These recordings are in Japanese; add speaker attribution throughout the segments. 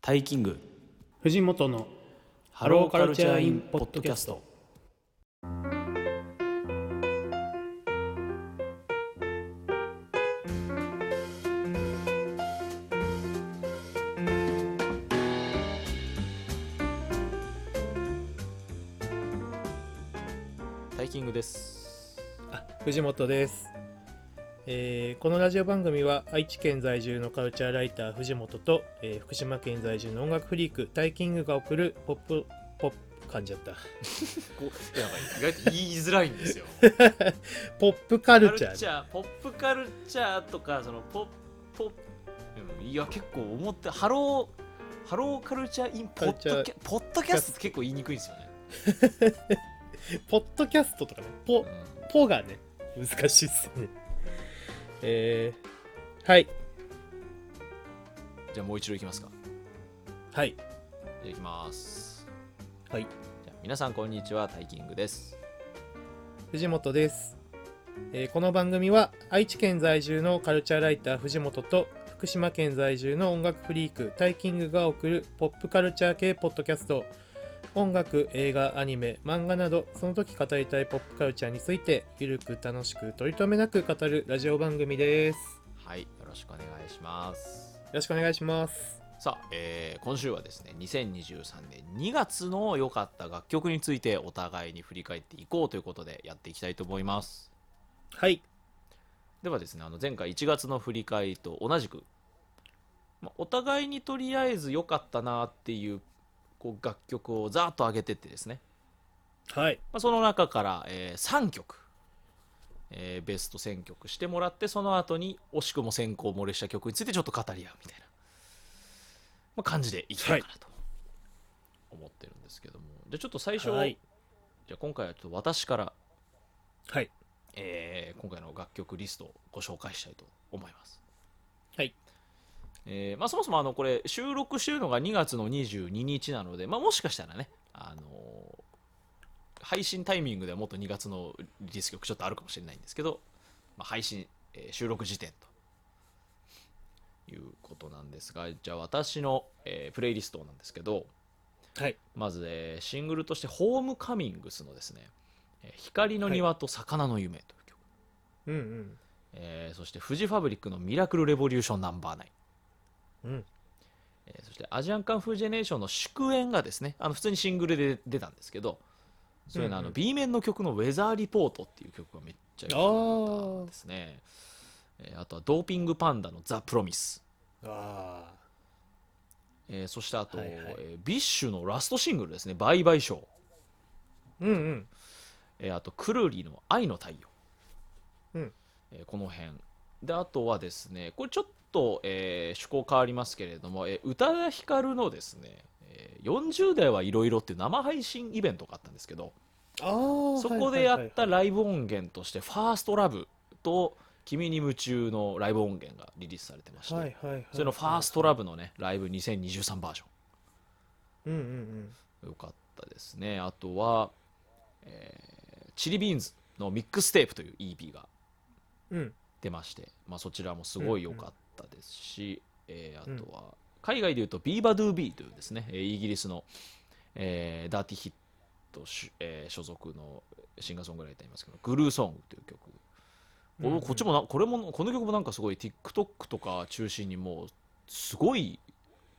Speaker 1: タイキング
Speaker 2: 藤本の
Speaker 1: ハ
Speaker 2: ローカルチャーインポッドキャスト
Speaker 1: タイキングです
Speaker 2: 藤本です、えーこのラジオ番組は愛知県在住のカルチャーライター藤本と、えー福島県在住の音楽フリークタイキングが送るポップポップ噛んじゃった
Speaker 1: やばい意外と言いづらいんですよ
Speaker 2: ポップカ
Speaker 1: カ
Speaker 2: ルチャー
Speaker 1: ャーポップカルチャーとかそのポッポッうんいや結構思ってハローハローカルチャーインポッド
Speaker 2: カルチ
Speaker 1: キャポッドキャストって結構言いにくいんですよね、
Speaker 2: ポッドキャストとかねポポがね難しいっすねえーはい
Speaker 1: うんじゃあもう一度いきますか
Speaker 2: はい
Speaker 1: じゃあいきます
Speaker 2: はい
Speaker 1: じゃあ皆さんこんにちはタイキングです
Speaker 2: 藤本です、えーこの番組は愛知県在住のカルチャーライター藤本と福島県在住の音楽フリークタイキングが送るポップカルチャー系ポッドキャスト音楽映画アニメ漫画などその時語りたいポップカルチャーについてゆるく楽しく取り留めなく語るラジオ番組です
Speaker 1: はいよろしくお願いします
Speaker 2: よろしくお願いします
Speaker 1: さあ、えー今週はですね2023年2月の良かった楽曲についてお互いに振り返っていこうということでやっていきたいと思います
Speaker 2: はい
Speaker 1: ではですねあの前回1月の振り返りと同じく、まあお互いにとりあえず良かったなっていうこう楽曲をざーっと上げてってですね、
Speaker 2: はい
Speaker 1: まあその中から、え3曲、えーベスト選曲してもらってその後に惜しくも先行漏れした曲についてちょっと語り合うみたいな、まあ感じでいきたいかなと思ってるんですけども、じゃあちょっと最初、
Speaker 2: はい
Speaker 1: じゃあ今回はちょっと私から、
Speaker 2: はい
Speaker 1: えー今回の楽曲リストをご紹介したいと思います。
Speaker 2: はい
Speaker 1: えーまあ、そもそもあのこれ収録してるのが2月の22日なので、まあ、もしかしたらね、あのー配信タイミングではもっと2月のリリース曲ちょっとあるかもしれないんですけど、まあ、配信、えー収録時点ということなんですがじゃあ私の、えープレイリストなんですけど
Speaker 2: はい
Speaker 1: まず、えーシングルとして「ホームカミングス」のですね「えー光の庭と魚の夢」という曲、
Speaker 2: うんうん
Speaker 1: えーそしてフジファブリックの「ミラクルレボリューションナンバー9」
Speaker 2: うん
Speaker 1: えーそしてアジアンカンフージェネレーションの祝宴がですねあの普通にシングルで出たんですけどそれのあ
Speaker 2: うんう
Speaker 1: の
Speaker 2: ん
Speaker 1: B 面の曲の「ウェザーリポート」っていう曲がめっちゃ良かったですねえーあとはドーピングパンダの「ザ・プロミス
Speaker 2: ああ」
Speaker 1: えーそしてあと、
Speaker 2: はいはい
Speaker 1: えービッシュのラストシングルですね「バイバイショー
Speaker 2: うんうん」
Speaker 1: えーあとクルリの「愛の太陽」
Speaker 2: うん
Speaker 1: えーこの辺であとはですねこれちょっと、えー趣向変わりますけれども、えー宇多田ヒカルのですねえー40代はいろいろっていう生配信イベントがあったんですけど、
Speaker 2: あー
Speaker 1: そこでやった
Speaker 2: はい
Speaker 1: ライブ音源として「ファーストラブと「君に夢中」のライブ音源がリリースされてまして、
Speaker 2: はいはいはいはい
Speaker 1: それの「ファーストラブのねライブ2023バージ
Speaker 2: うんうんうん
Speaker 1: ョンよかったですねあとは、えーチリビーンズのミックステープという EP が
Speaker 2: うん、
Speaker 1: 出まして、まあ、そちらもすごい良かったですし、えーあとは海外でいうとビーバドゥービーというですねえーイギリスの、えーダーティヒットし、えー所属のシンガーソングライターいますけどグルーソングという曲
Speaker 2: うんうん
Speaker 1: おこっちもなこれもこの曲もなんかすごい TikTok とか中心にもうすごい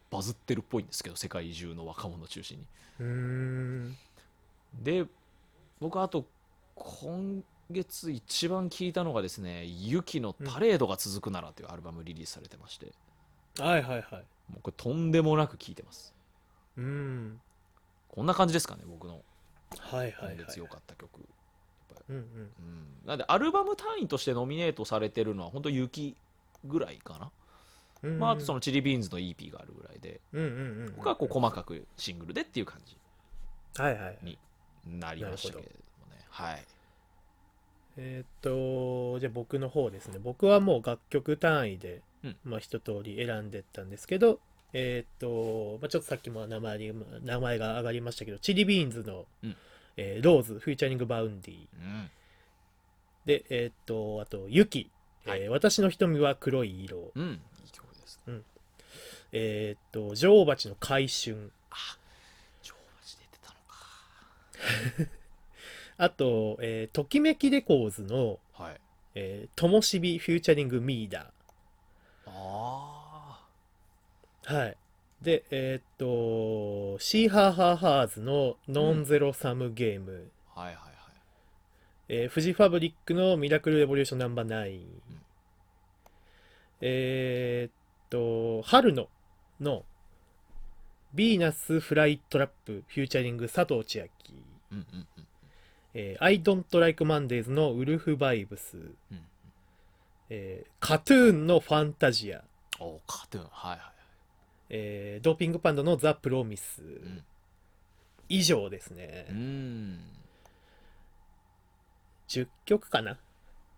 Speaker 1: バズってるっぽいんですけど世界中の若者中心に
Speaker 2: うーん
Speaker 1: で僕あと今月一番聴いたのがですね「ユキのパレードが続くなら」というアルバムリリースされてまして、
Speaker 2: はいはいはい
Speaker 1: もうこれとんでもなく聴いてます
Speaker 2: うーん
Speaker 1: こんな感じですかね僕の
Speaker 2: はいはいは
Speaker 1: 今
Speaker 2: い
Speaker 1: 月良かった曲、
Speaker 2: うんうん
Speaker 1: うん、なんでアルバム単位としてノミネートされてるのは本当ユキぐらいかな、
Speaker 2: うんうん
Speaker 1: まあ、あとそのチリビーンズの EP があるぐらいで
Speaker 2: うんうんうん
Speaker 1: 僕はこう細かくシングルでっていう感じ
Speaker 2: はいはい
Speaker 1: になりましたけれどもねはい
Speaker 2: えーっとじゃあ僕の方ですね僕はもう楽曲単位で、
Speaker 1: うん
Speaker 2: まあ一通り選んでったんですけどえーっと、まあ、ちょっとさっきも名前に名前が上がりましたけどチリビーンズの、
Speaker 1: うん
Speaker 2: えーローズフューチャリングバウンディ
Speaker 1: うん
Speaker 2: でえーっとあとユキ、えー
Speaker 1: はい
Speaker 2: 私の瞳は黒い色、
Speaker 1: うんいい曲ですね
Speaker 2: ええーっと女王蜂の回春
Speaker 1: 超マジで出てたのか
Speaker 2: あと、えーときめきレコーズの
Speaker 1: はい
Speaker 2: えーともしびフューチャリングミーダ
Speaker 1: あ
Speaker 2: ーはいでえーっとシーハーハーハーズのノンゼロサムゲーム、
Speaker 1: あはいはいはい
Speaker 2: えーフジファブリックのミラクルレボリューションナンバー9、えーっと春ののヴィーナスフライトラップフューチャリング佐藤千亜希
Speaker 1: うんうんうん
Speaker 2: えー、I don't like Mondays のウルフバイブス、
Speaker 1: うん
Speaker 2: えー、カトゥーンのファンタジア、
Speaker 1: おおカートゥーンはいは
Speaker 2: えードーピングパンドのザ・プロミス、
Speaker 1: ん
Speaker 2: 以上ですね、
Speaker 1: いうん
Speaker 2: 10曲かな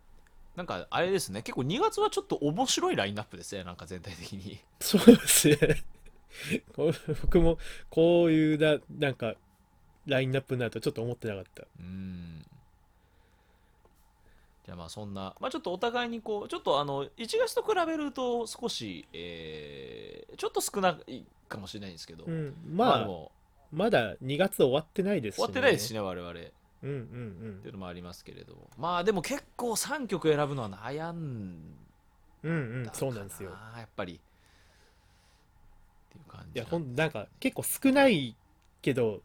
Speaker 1: なんかあれですね結構2月はちょっと面白いラインナップですねなんか全体的に
Speaker 2: そうですね こう僕もこういうななんかラインナップになるとちょっと思ってなかった
Speaker 1: うんじゃあまあそんな、まあ、ちょっとお互いにこうちょっとあの1月と比べると少し、えーちょっと少ないかもしれないんですけど、
Speaker 2: うん
Speaker 1: まあ
Speaker 2: ま
Speaker 1: で
Speaker 2: あ
Speaker 1: も
Speaker 2: まだ2月終わってないですし、
Speaker 1: 終わってないですしね我々って
Speaker 2: うんうん
Speaker 1: いうのもありますけれどもまあでも結構3曲選ぶのは悩ん
Speaker 2: うんうんう
Speaker 1: だ
Speaker 2: んそうなんですよ
Speaker 1: かやっぱりっていう感
Speaker 2: い
Speaker 1: じ
Speaker 2: やほんなんか結構少ないけど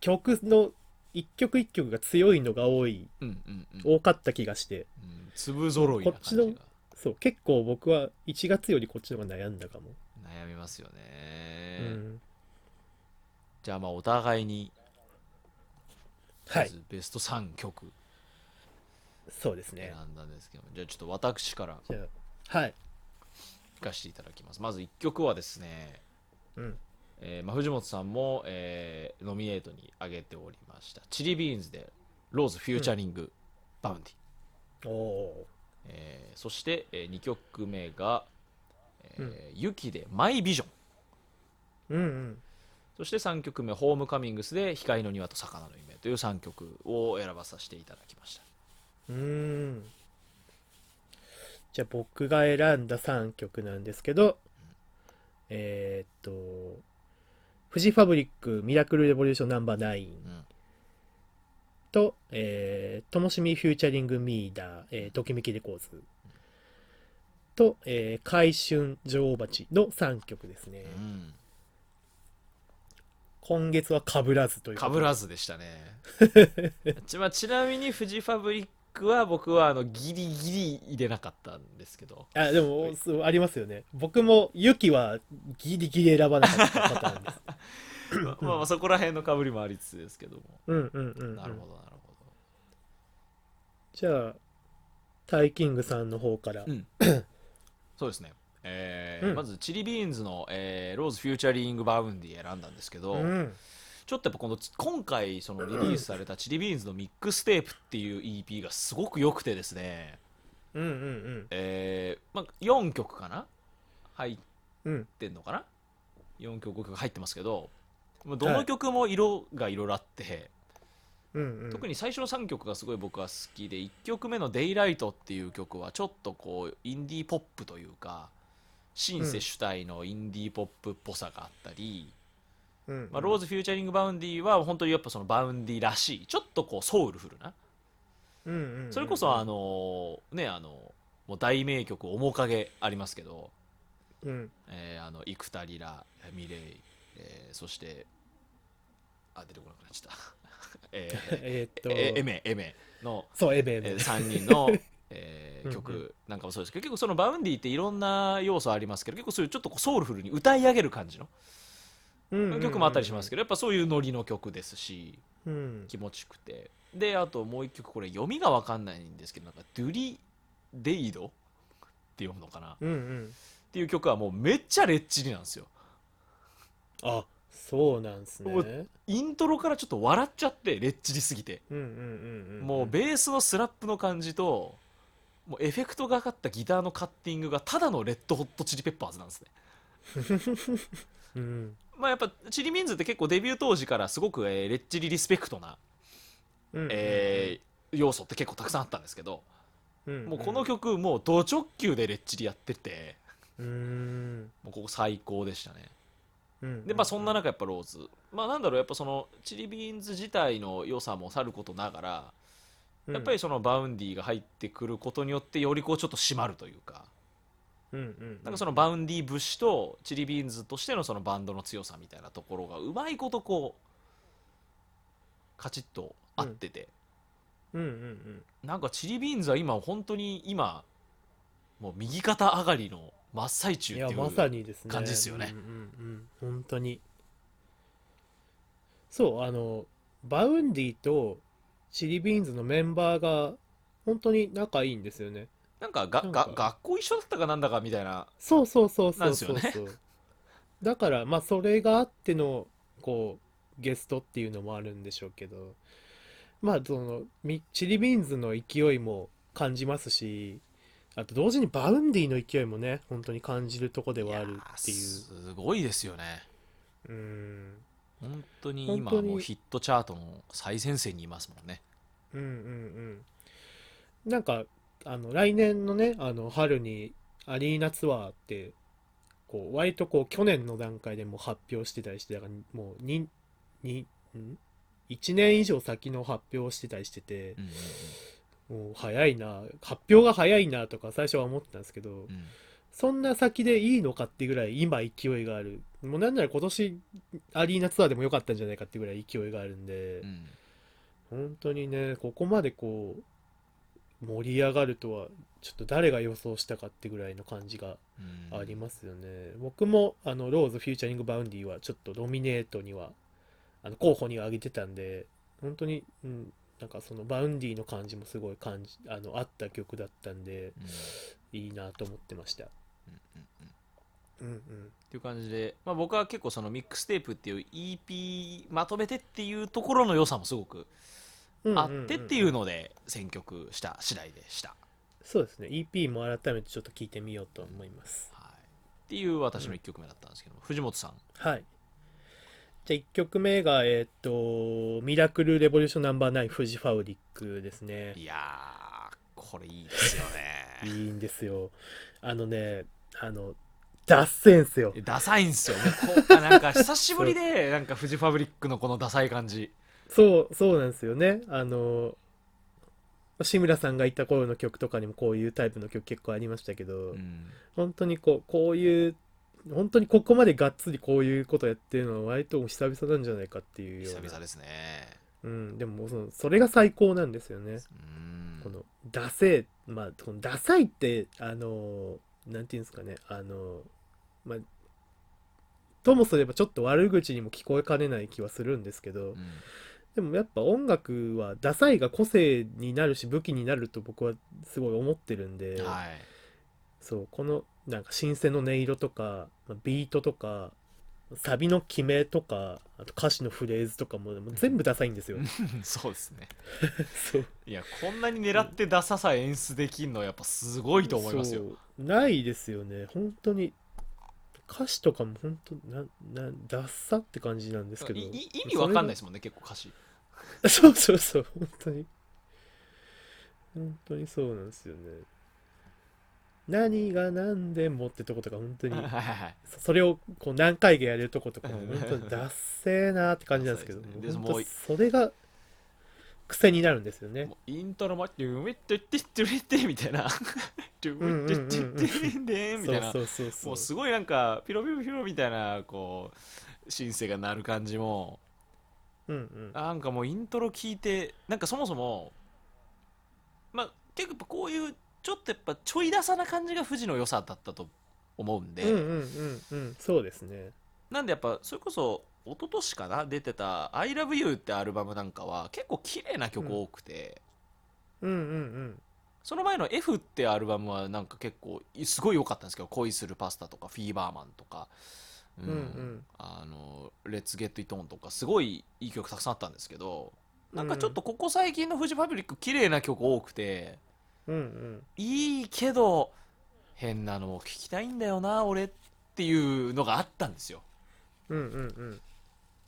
Speaker 2: 曲の一曲一曲が強いのが多い
Speaker 1: うんうんうん、
Speaker 2: 多かった気がして
Speaker 1: うん、粒ぞろいな感じが
Speaker 2: こっちそう結構僕は1月よりこっちの方が悩んだかも、
Speaker 1: 悩みますよね、
Speaker 2: うん、
Speaker 1: じゃあまあお互いに
Speaker 2: は
Speaker 1: ま
Speaker 2: い
Speaker 1: ずベスト3曲
Speaker 2: そうです
Speaker 1: 選
Speaker 2: ね
Speaker 1: んだんですけども、じゃあちょっと私から
Speaker 2: じゃあはい
Speaker 1: 聞かせていただきますまず1曲はですね、
Speaker 2: うん
Speaker 1: えーまあ、藤本さんも、えーノミネートに挙げておりましたチリビーンズで「ローズフューチャリング、バウンティ」
Speaker 2: おお
Speaker 1: えーそして、え2曲目が「えー
Speaker 2: うん
Speaker 1: ユキ」で「マイビジョン
Speaker 2: ーうんうん」
Speaker 1: そして3曲目「ホームカミングス」で「光の庭と魚の夢」という3曲を選ばさせていただきました
Speaker 2: うーんじゃあ僕が選んだ3曲なんですけどえー、っとフジファブリックミラクルレボリューションナンバー9
Speaker 1: うん
Speaker 2: と、えー、ともしみフューチャリングミーダー、えー、ときめきレコーズと、えー、回春女王蜂の3曲ですね、
Speaker 1: うん
Speaker 2: 今月はかぶらずという
Speaker 1: か
Speaker 2: こと
Speaker 1: ぶらずでしたねち,、 まあちなみにフジファブリックは僕はあのギリギリ入れなかったんですけど
Speaker 2: あでもそうありますよね僕もユキはギリギリ選ばなかったパターンです
Speaker 1: まあ まあそこら辺のかぶりもありつつですけども、
Speaker 2: うんうんうん、うん、
Speaker 1: なるほどなるほ
Speaker 2: じゃあタイキングさんの方から、
Speaker 1: ど、うんそうですねえー
Speaker 2: うん
Speaker 1: まずチリビーンズの、えーローズフューチャリングバウンディ選んだんですけど、
Speaker 2: うん
Speaker 1: ちょっとやっぱこの今回そのリリースされたチリビーンズのミックステープっていう EP がすごく良くてですね、
Speaker 2: うんうん
Speaker 1: えーまあ、4曲かな入っ
Speaker 2: うんうん
Speaker 1: ってんのかな4曲5曲入ってますけどもうどの曲も色がいろいろあって、
Speaker 2: うんうん
Speaker 1: 特に最初の3曲がすごい僕は好きで1曲目の「デイライトっていう曲はちょっとこうインディーポップというかシンセ主体のインディーポップっぽさがあったり、
Speaker 2: うんうん
Speaker 1: まあ、ローズ・フューチャリング・バウンディは本当にやっぱそのバウンディらしいちょっとこうソウルフルな
Speaker 2: うんうんうん
Speaker 1: それこそあのねあのもう大名曲「面影」ありますけど
Speaker 2: うん
Speaker 1: えーあのイクタリラ、ミレイ、えーそして、あ、出てこなくなっちゃった。 えー
Speaker 2: えーっと
Speaker 1: えエメ、エメの、
Speaker 2: そうエメエメ
Speaker 1: え3人の、えー
Speaker 2: うんうん
Speaker 1: 曲なんかもそうですけど、結構そのバウンディっていろんな要素ありますけど、結構そういうちょっとこうソウルフルに歌い上げる感じの曲もあったりしますけど、
Speaker 2: ど
Speaker 1: やっぱそういうノリの曲ですし、
Speaker 2: うん
Speaker 1: 気持ちよくて。で、あともう一曲、これ読みがわかんないんですけど、なんか、ドゥリ・デイドって読むのかなっ
Speaker 2: うんうん
Speaker 1: ていう曲はもうめっちゃレッチリなんですよ。
Speaker 2: あそうなんすね
Speaker 1: もイントロからちょっと笑っちゃってレッチリすぎて、
Speaker 2: うんうんうんん
Speaker 1: もうベースのスラップの感じともうエフェクトがかかったギターのカッティングがただのレッドホットチリペッパーズなんですね
Speaker 2: うん
Speaker 1: まあやっぱチリミンズって結構デビュー当時からすごく、えーレッチリリスペクトな、
Speaker 2: うんうん
Speaker 1: えー要素って結構たくさんあったんですけど
Speaker 2: うんうん
Speaker 1: もうこの曲もうド直球でレッチリやってて
Speaker 2: うーん
Speaker 1: もうここ最高でしたね
Speaker 2: うん
Speaker 1: でまあそんな中やっぱローズまあなんだろうやっぱそのチリビーンズ自体の良さもさることながらやっぱりそのバウンディが入ってくることによってよりこうちょっと締まるというか
Speaker 2: うんうん
Speaker 1: なんかそのバウンディ節とチリビーンズとしてのそのバンドの強さみたいなところがうまいことこうカチッと合ってて、
Speaker 2: うんうんうん
Speaker 1: なんかチリビーンズは今本当に今もう右肩上がりの真っ最中
Speaker 2: い
Speaker 1: って
Speaker 2: や
Speaker 1: いう
Speaker 2: まさにですね
Speaker 1: 感じですよね
Speaker 2: うんうんうん本当にそうあのバウンディとチリビーンズのメンバーが本当に仲いいんですよね
Speaker 1: なんかが
Speaker 2: なん
Speaker 1: が
Speaker 2: か
Speaker 1: 学校一緒だったかなんだかみたいな
Speaker 2: そうそうそう
Speaker 1: なん
Speaker 2: そ
Speaker 1: で
Speaker 2: う
Speaker 1: す
Speaker 2: そ
Speaker 1: よ
Speaker 2: う
Speaker 1: ね
Speaker 2: そう、だからまあそれがあってのこうゲストっていうのもあるんでしょうけどまあそのみチリビーンズの勢いも感じますしあと同時にバウンディの勢いもね本当に感じるとこではあるってい
Speaker 1: や
Speaker 2: う
Speaker 1: すごいですよね
Speaker 2: うん
Speaker 1: 本当に今
Speaker 2: 本当に
Speaker 1: もうヒットチャートの最前線にいますもんね
Speaker 2: うんうんうんなんかあの来年のねあの春にアリーナツアーってこう割とこう去年の段階でもう発表してたりしてだからもうににん1年以上先の発表をしてたりしてて
Speaker 1: うんうん
Speaker 2: もう早いな発表が早いなとか最初は思ってたんですけど
Speaker 1: うんうん
Speaker 2: そんな先でいいのかってぐらい今勢いがあるもうなんなら今年アリーナツアーでも良かったんじゃないかってぐらい勢いがあるんで。
Speaker 1: うん
Speaker 2: 本当にね、ここまでこう、盛り上がるとは、ちょっと誰が予想したかってぐらいの感じが
Speaker 1: うん
Speaker 2: ありますよね。僕も、あの、ローズ、フューチャリング・バウンディは、ちょっとノミネートには、あの、候補には挙げてたんで、本当に、うん、なんかそのバウンディの感じもすごい感じ、あの、あった曲だったん
Speaker 1: う
Speaker 2: で、
Speaker 1: ん
Speaker 2: いいなと思ってました。
Speaker 1: うんうんうん
Speaker 2: うんうん。
Speaker 1: っていう感じで、まあ、僕は結構そのミックステープっていう EP まとめてっていうところの良さもすごく
Speaker 2: うん
Speaker 1: あ
Speaker 2: うんうん
Speaker 1: ってっていうので選曲した次第でした、
Speaker 2: そうですね。EP も改めてちょっと聞いてみようと思います。
Speaker 1: はい、っていう私の1曲目だったんですけども、藤本さん
Speaker 2: はい。じゃあ1曲目が、えーっと、ミラクル・レボリューションナンバーナイン、フジファブリックですね。
Speaker 1: いやーこれいいですよ
Speaker 2: いい
Speaker 1: ね
Speaker 2: んですよ。あのね、あの、脱線っすよ。
Speaker 1: ダサいんですよもうこうあなんか久しぶりでなんかフジファブリックのこのダサい感じ
Speaker 2: そう、そうなんですよね。あの、志村さんがいた頃の曲とかにもこういうタイプの曲結構ありましたけど、
Speaker 1: うん
Speaker 2: 本当にこう、こういう、本当にここまでがっつりこういうことやってるのは割と久々なんじゃないかっていうよう
Speaker 1: 久
Speaker 2: な。
Speaker 1: 々ですね
Speaker 2: うん、でももうその、それが最高なんですよね。
Speaker 1: うん
Speaker 2: この「ダセー」まあこの「ダサい」ってあのーなんていうんですかねあのーまあともすればちょっと悪口にも聞こえかねない気はするんですけど
Speaker 1: うん
Speaker 2: でもやっぱ音楽はダサいが個性になるし武器になると僕はすごい思ってるんで、
Speaker 1: はい
Speaker 2: そうこのなんか新鮮の音色とかまあビートとかサビの決めとかあと歌詞のフレーズとかももう全部ダサいんですよ。
Speaker 1: うんそうですね
Speaker 2: そう
Speaker 1: いやこんなに狙ってダサさ演出できんのやっぱすごいと思いますよ
Speaker 2: そうないですよね本当に歌詞とかも本当ななダッサって感じなんですけど
Speaker 1: いい意味わかんないですもんね結構歌詞
Speaker 2: それがそうそうそう本当に本当にそうなんですよね何が何でもってとことか 本当に
Speaker 1: はいはいはい
Speaker 2: そそれをこう何回かやれるとことかも本当にダッセーなーって感じなんですけど
Speaker 1: そう
Speaker 2: も
Speaker 1: ですねで
Speaker 2: う本
Speaker 1: も
Speaker 2: 当
Speaker 1: う
Speaker 2: それが癖になるんですよね
Speaker 1: もうイントロも「ゥメッテッテッテッテ」みたいな「ドゥメッテッテッテッテ」み
Speaker 2: そ
Speaker 1: たい
Speaker 2: う
Speaker 1: な
Speaker 2: そうそうそ
Speaker 1: も
Speaker 2: う
Speaker 1: うすごいなんかピロピロピロみたいなこうシンセが鳴る感じも
Speaker 2: うんうん
Speaker 1: なんかもうイントロ聞いてなんかそもそもまあ結構やっぱこういうちょっとやっぱちょい出さな感じが富士の良さだったと思うんで、
Speaker 2: うんうんうんうんそうですね
Speaker 1: なんでやっぱそれこそ一昨年かな出てた「ILOVEYOU」ってアルバムなんかは結構綺麗な曲多くて、
Speaker 2: うんうんうん
Speaker 1: その前の「F」ってアルバムはなんか結構すごい良かったんですけど「恋するパスタ」とか「フィーバーマン」とか「うん
Speaker 2: うんうん
Speaker 1: あのレッツ・ゲット・イトーン」とかすごいいい曲たくさんあったんですけどなんかちょっとここ最近のフジファブリック綺麗な曲多くて
Speaker 2: うんうん
Speaker 1: いいけど変なのを聴きたいんだよな俺っていうのがあったんですよ。
Speaker 2: うんうんうん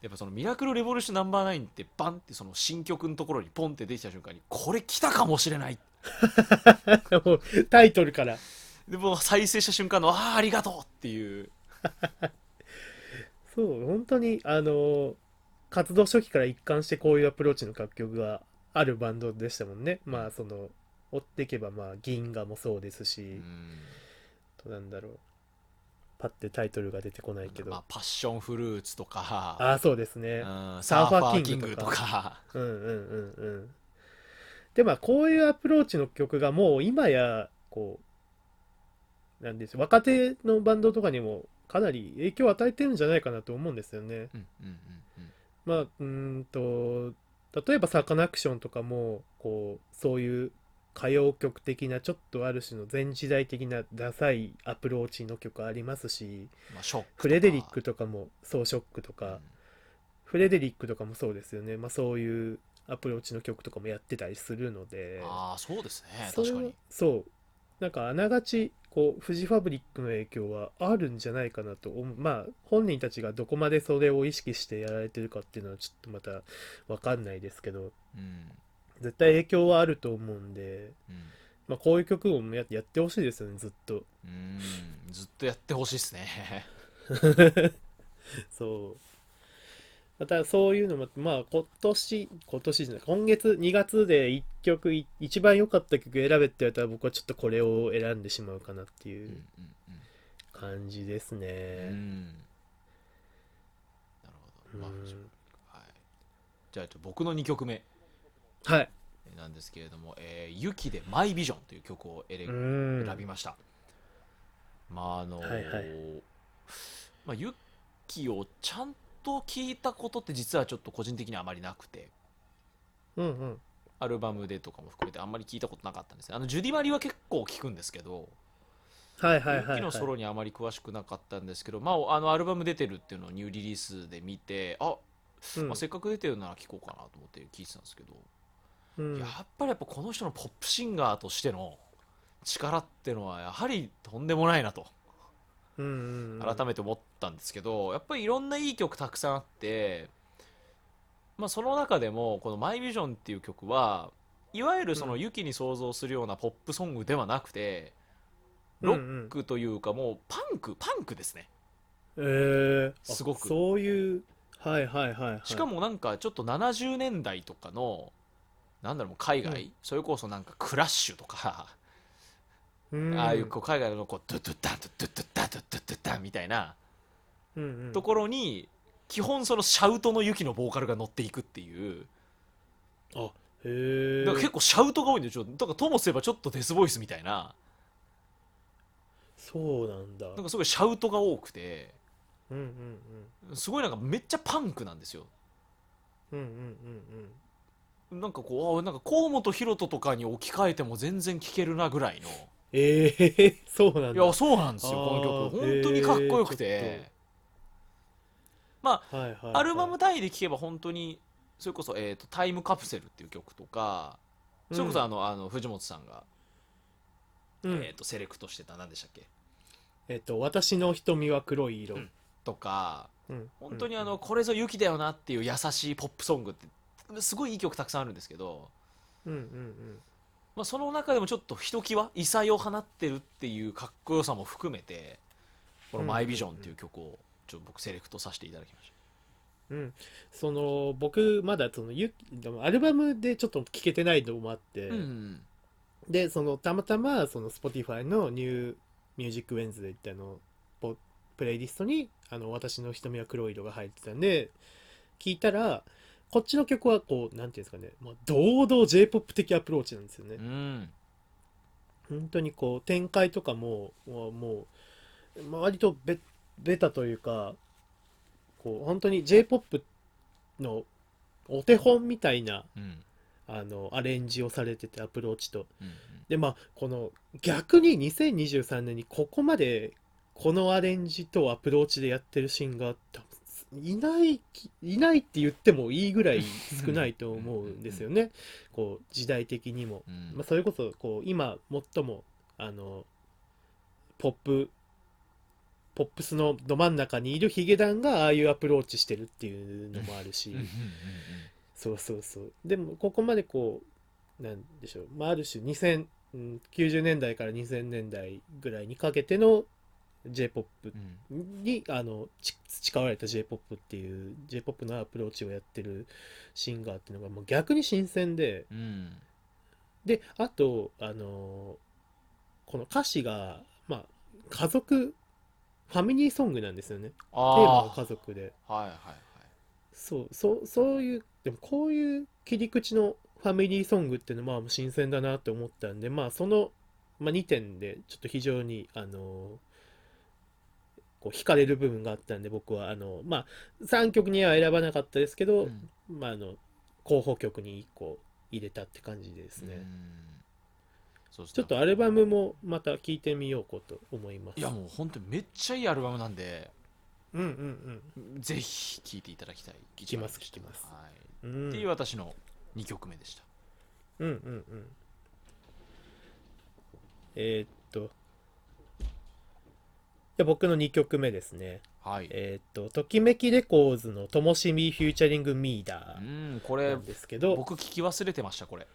Speaker 1: やっぱそのミラクルレボリューションナンバーナインってバンってその新曲のところにポンってできた瞬間にこれ来たかもしれない
Speaker 2: もうタイトルから
Speaker 1: でもう再生した瞬間の「ああありがとう!」っていう
Speaker 2: そう本当にあの活動初期から一貫してこういうアプローチの楽曲があるバンドでしたもんねまあその追っていけばまあ銀河もそうです
Speaker 1: う
Speaker 2: し、
Speaker 1: ん
Speaker 2: あとなんだろうパッてタイトルが出てこないけど
Speaker 1: まあ、パッションフルーツとか
Speaker 2: ああそうですね
Speaker 1: うんサー
Speaker 2: サー
Speaker 1: フ
Speaker 2: ファー
Speaker 1: ァーキング
Speaker 2: キングと
Speaker 1: と
Speaker 2: か
Speaker 1: か
Speaker 2: うんうんうんうんでまあこういうアプローチの曲がもう今やこうなんでしょう若手のバンドとかにもかなり影響を与えてるんじゃないかなと思うんですよね
Speaker 1: うんうんうんうん
Speaker 2: まあうーんと例えばサカナクションとかもこうそういう歌謡曲的なちょっとある種の前時代的なダサいアプローチの曲ありますし
Speaker 1: まあショックとか
Speaker 2: フレデリックとかもそうショックとか、
Speaker 1: う
Speaker 2: フレデリックとかもそうですよね、まあ、そういうアプローチの曲とかもやってたりするので
Speaker 1: んああそうですね
Speaker 2: それ
Speaker 1: 確
Speaker 2: は
Speaker 1: かに
Speaker 2: そうなんかあながちこうフジファブリックの影響はあるんじゃないかなと思うまあ本人たちがどこまでそれを意識してやられてるかっていうのはちょっとまたわかんないですけど
Speaker 1: うん
Speaker 2: 絶対影響はあると思うんで、
Speaker 1: うん
Speaker 2: まあ、こういう曲をややってほしいですよねずっと
Speaker 1: うんずっとやってほしいですね
Speaker 2: そうまたそういうのもまあ今年今年じゃない今月2月で1曲い一番良かった曲選べって言われたら僕はちょっとこれを選んでしまうかなっ
Speaker 1: う
Speaker 2: てい
Speaker 1: ん
Speaker 2: う感じです
Speaker 1: う
Speaker 2: ね、
Speaker 1: んうんうんなるほどまあ
Speaker 2: うん
Speaker 1: はいじゃあちょ僕の2曲目
Speaker 2: はい
Speaker 1: なんですけれども「えー雪でマイビジョン」という曲を選び
Speaker 2: うん
Speaker 1: 選びました、まああの
Speaker 2: はいはい
Speaker 1: まあ、ユッキーをちゃんと聞いたことって実はちょっと個人的にはあまりなくて
Speaker 2: うんうん
Speaker 1: アルバムでとかも含めてあんまり聞いたことなかったんですねあのジュディ・マリは結構聞くんですけど、
Speaker 2: はいはいはい、
Speaker 1: ユッ
Speaker 2: は
Speaker 1: キー
Speaker 2: い、
Speaker 1: のソロにあまり詳しくなかったんですけど、まあ、あのアルバム出てるっていうのをニューリリースで見てあ、
Speaker 2: うん
Speaker 1: まあ、せっかく出てるなら聞こうかなと思って聞いてたんですけど、
Speaker 2: うん
Speaker 1: やっぱりやっぱこの人のポップシンガーとしての力ってのはやはりとんでもないなと
Speaker 2: うんうん
Speaker 1: 改めて思ったんですけどやっぱりいろんないい曲たくさんあって、まあ、その中でもこの「マイビジョンっていう曲はいわゆるその
Speaker 2: うん
Speaker 1: ユキに想像するようなポップソングではなくて
Speaker 2: うん
Speaker 1: ロ
Speaker 2: うん
Speaker 1: ックというかもうパンクパンクですね
Speaker 2: えー、あ
Speaker 1: すごく
Speaker 2: そういうはいはいはい、はい、
Speaker 1: しかもなんかちょっと70年代とかのなんだろう海外、
Speaker 2: う
Speaker 1: それこそなんかクラッシュとか
Speaker 2: うん
Speaker 1: ああいうこう海外のこうドゥドゥダンドゥドゥドゥダンドゥドゥドゥダンみたいな
Speaker 2: うんうん
Speaker 1: ところに基本そのシャウトのユキのボーカルが乗っていくっていう
Speaker 2: あへえ
Speaker 1: だから結構シャウトが多いんでしょだからともすればちょっとデスボイスみたいな
Speaker 2: そうなんだ
Speaker 1: なんかすごいシャウトが多くて
Speaker 2: うんうん
Speaker 1: すごいなんかめっちゃパンクなんですよ
Speaker 2: うんうんうんうん
Speaker 1: なんかこうあなんか河本大翔とかに置き換えても全然聴けるなぐらいの
Speaker 2: ええ そうなんだ
Speaker 1: いやそうなんですよ
Speaker 2: あー
Speaker 1: この曲本当にかっこよくて、
Speaker 2: へーちょっはいはいはい、
Speaker 1: アルバム単位で聴けば本当にそれこそ、えーと「タイムカプセル」っていう曲とかそれこそあの,、あの藤本さんが、
Speaker 2: うんうん
Speaker 1: えー、とセレクトしてた何でしたっけ
Speaker 2: えっと「私の瞳は黒い色」
Speaker 1: うんとか
Speaker 2: うん
Speaker 1: 本当にあの、これぞ雪だよなっていう優しいポップソングってすごいいい曲たくさんあるんですけど、
Speaker 2: うんうんうん
Speaker 1: まあ、その中でもちょっとひときわ異彩を放ってるっていうかっこよさも含めてこの「マイビジョンっていう曲をちょっと僕セレクトさせていただきまし
Speaker 2: うんその僕まだそのゆでもアルバムでちょっと聴けてないのもあって、
Speaker 1: た、うん
Speaker 2: でそのたまたまその Spotify のニューミュージックウェンズでってあのポプレイリストにあの私の瞳は黒い色が入ってたんで聞いたらこっちの曲はこうなんていうんですかね、まあ、堂々 J-POP 的アプローチなんですよね
Speaker 1: う、ん
Speaker 2: 本当にこう展開とかももうもうまあ割とベベタというかこう本当に J-POP のお手本みたいな
Speaker 1: うん
Speaker 2: あのアレンジをされててアプローチと
Speaker 1: うん
Speaker 2: でまあこの逆に2023年にここまでこのアレンジとアプローチでやってるシーンが多分いないきいないって言ってもいいぐらい少ないと思うんですよねこう時代的にも。
Speaker 1: うん
Speaker 2: まあ、それこそこう今最もあのポップポップスのど真ん中にいるヒゲダンがああいうアプローチしてるっていうのもあるし
Speaker 1: うんうんうん
Speaker 2: そうそうそうでもここまでこうなんでしょう、まあ、ある種2000うん、90年代から2000年代ぐらいにかけての J-POP
Speaker 1: うん
Speaker 2: にあのち培われた J-POP っていう J-POP のアプローチをやってるシンガーっていうのがもう逆に新鮮で
Speaker 1: うん
Speaker 2: であとあのこの歌詞がまあ家族ファミリーソングなんですよねテーマ
Speaker 1: あ
Speaker 2: が家族で
Speaker 1: あはいはいはい
Speaker 2: そうそうそういうでもこういう切り口のファミリーソングっていうのはまあ新鮮だなと思ったんでまあその、まあ、2点でちょっと非常にあのこう惹かれる部分があったんで僕はあのまあ3曲には選ばなかったですけど、
Speaker 1: うん
Speaker 2: まああの候補曲に1個入れたって感じですね、
Speaker 1: うんそうですね
Speaker 2: ちょっとアルバムもまた聴いてみようこと思います
Speaker 1: いやもう本当にめっちゃいいアルバムなんで
Speaker 2: うんうん
Speaker 1: ぜひ聴いていただきたい聴
Speaker 2: きます聞きます
Speaker 1: はい
Speaker 2: うんうん
Speaker 1: っていう私の2曲目でした
Speaker 2: うんうんうん。えーっと。じゃあ僕の2曲目ですね。
Speaker 1: はい
Speaker 2: えーっと、ときめきレコーズのともしみフューチャリングミーダ
Speaker 1: う
Speaker 2: ー
Speaker 1: んこ
Speaker 2: な
Speaker 1: れ
Speaker 2: んですけど、
Speaker 1: 僕聞き忘れてましたこれ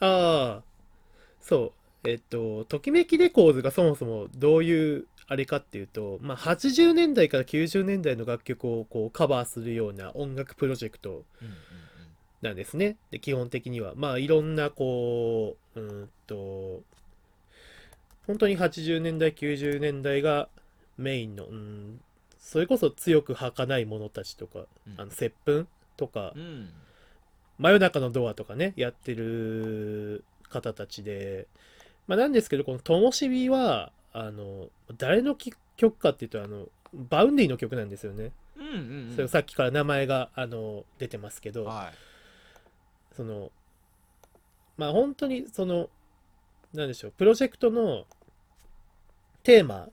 Speaker 2: ああ、そう。えーっと、ときめきレコーズがそもそもどういうあれかっていうと、まあ、80年代から90年代の楽曲をこうカバーするような音楽プロジェクト
Speaker 1: うんうん
Speaker 2: なんですね。で、基本的には。まあ、いろんな、こう、うーんと、本当に80年代、90年代がメインの、うーん、それこそ強く儚いものたちとか、
Speaker 1: うん
Speaker 2: あの、接吻とか
Speaker 1: う、ん
Speaker 2: 真夜中のドアとかね、やってる方たちで、まあ、なんですけど、このともしびは、あの、誰のき曲かっていうと、あの、バウンディの曲なんですよね。
Speaker 1: うんうんうん
Speaker 2: それさっきから名前が、あの、出てますけど、
Speaker 1: はい
Speaker 2: そのまあ本当にそのなんでしょうプロジェクトのテーマ